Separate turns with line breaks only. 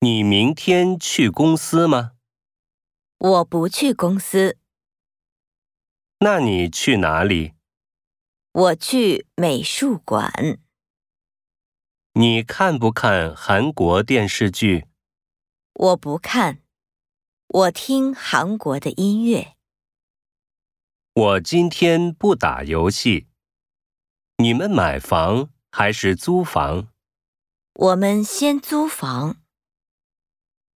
你明天去公司吗？
我不去公司，
那你去哪里？
我去美术馆。
你看不看韩国电视剧？
我不看，我听韩国的音乐。
我今天不打游戏。你们买房还是租房？
我们先租房。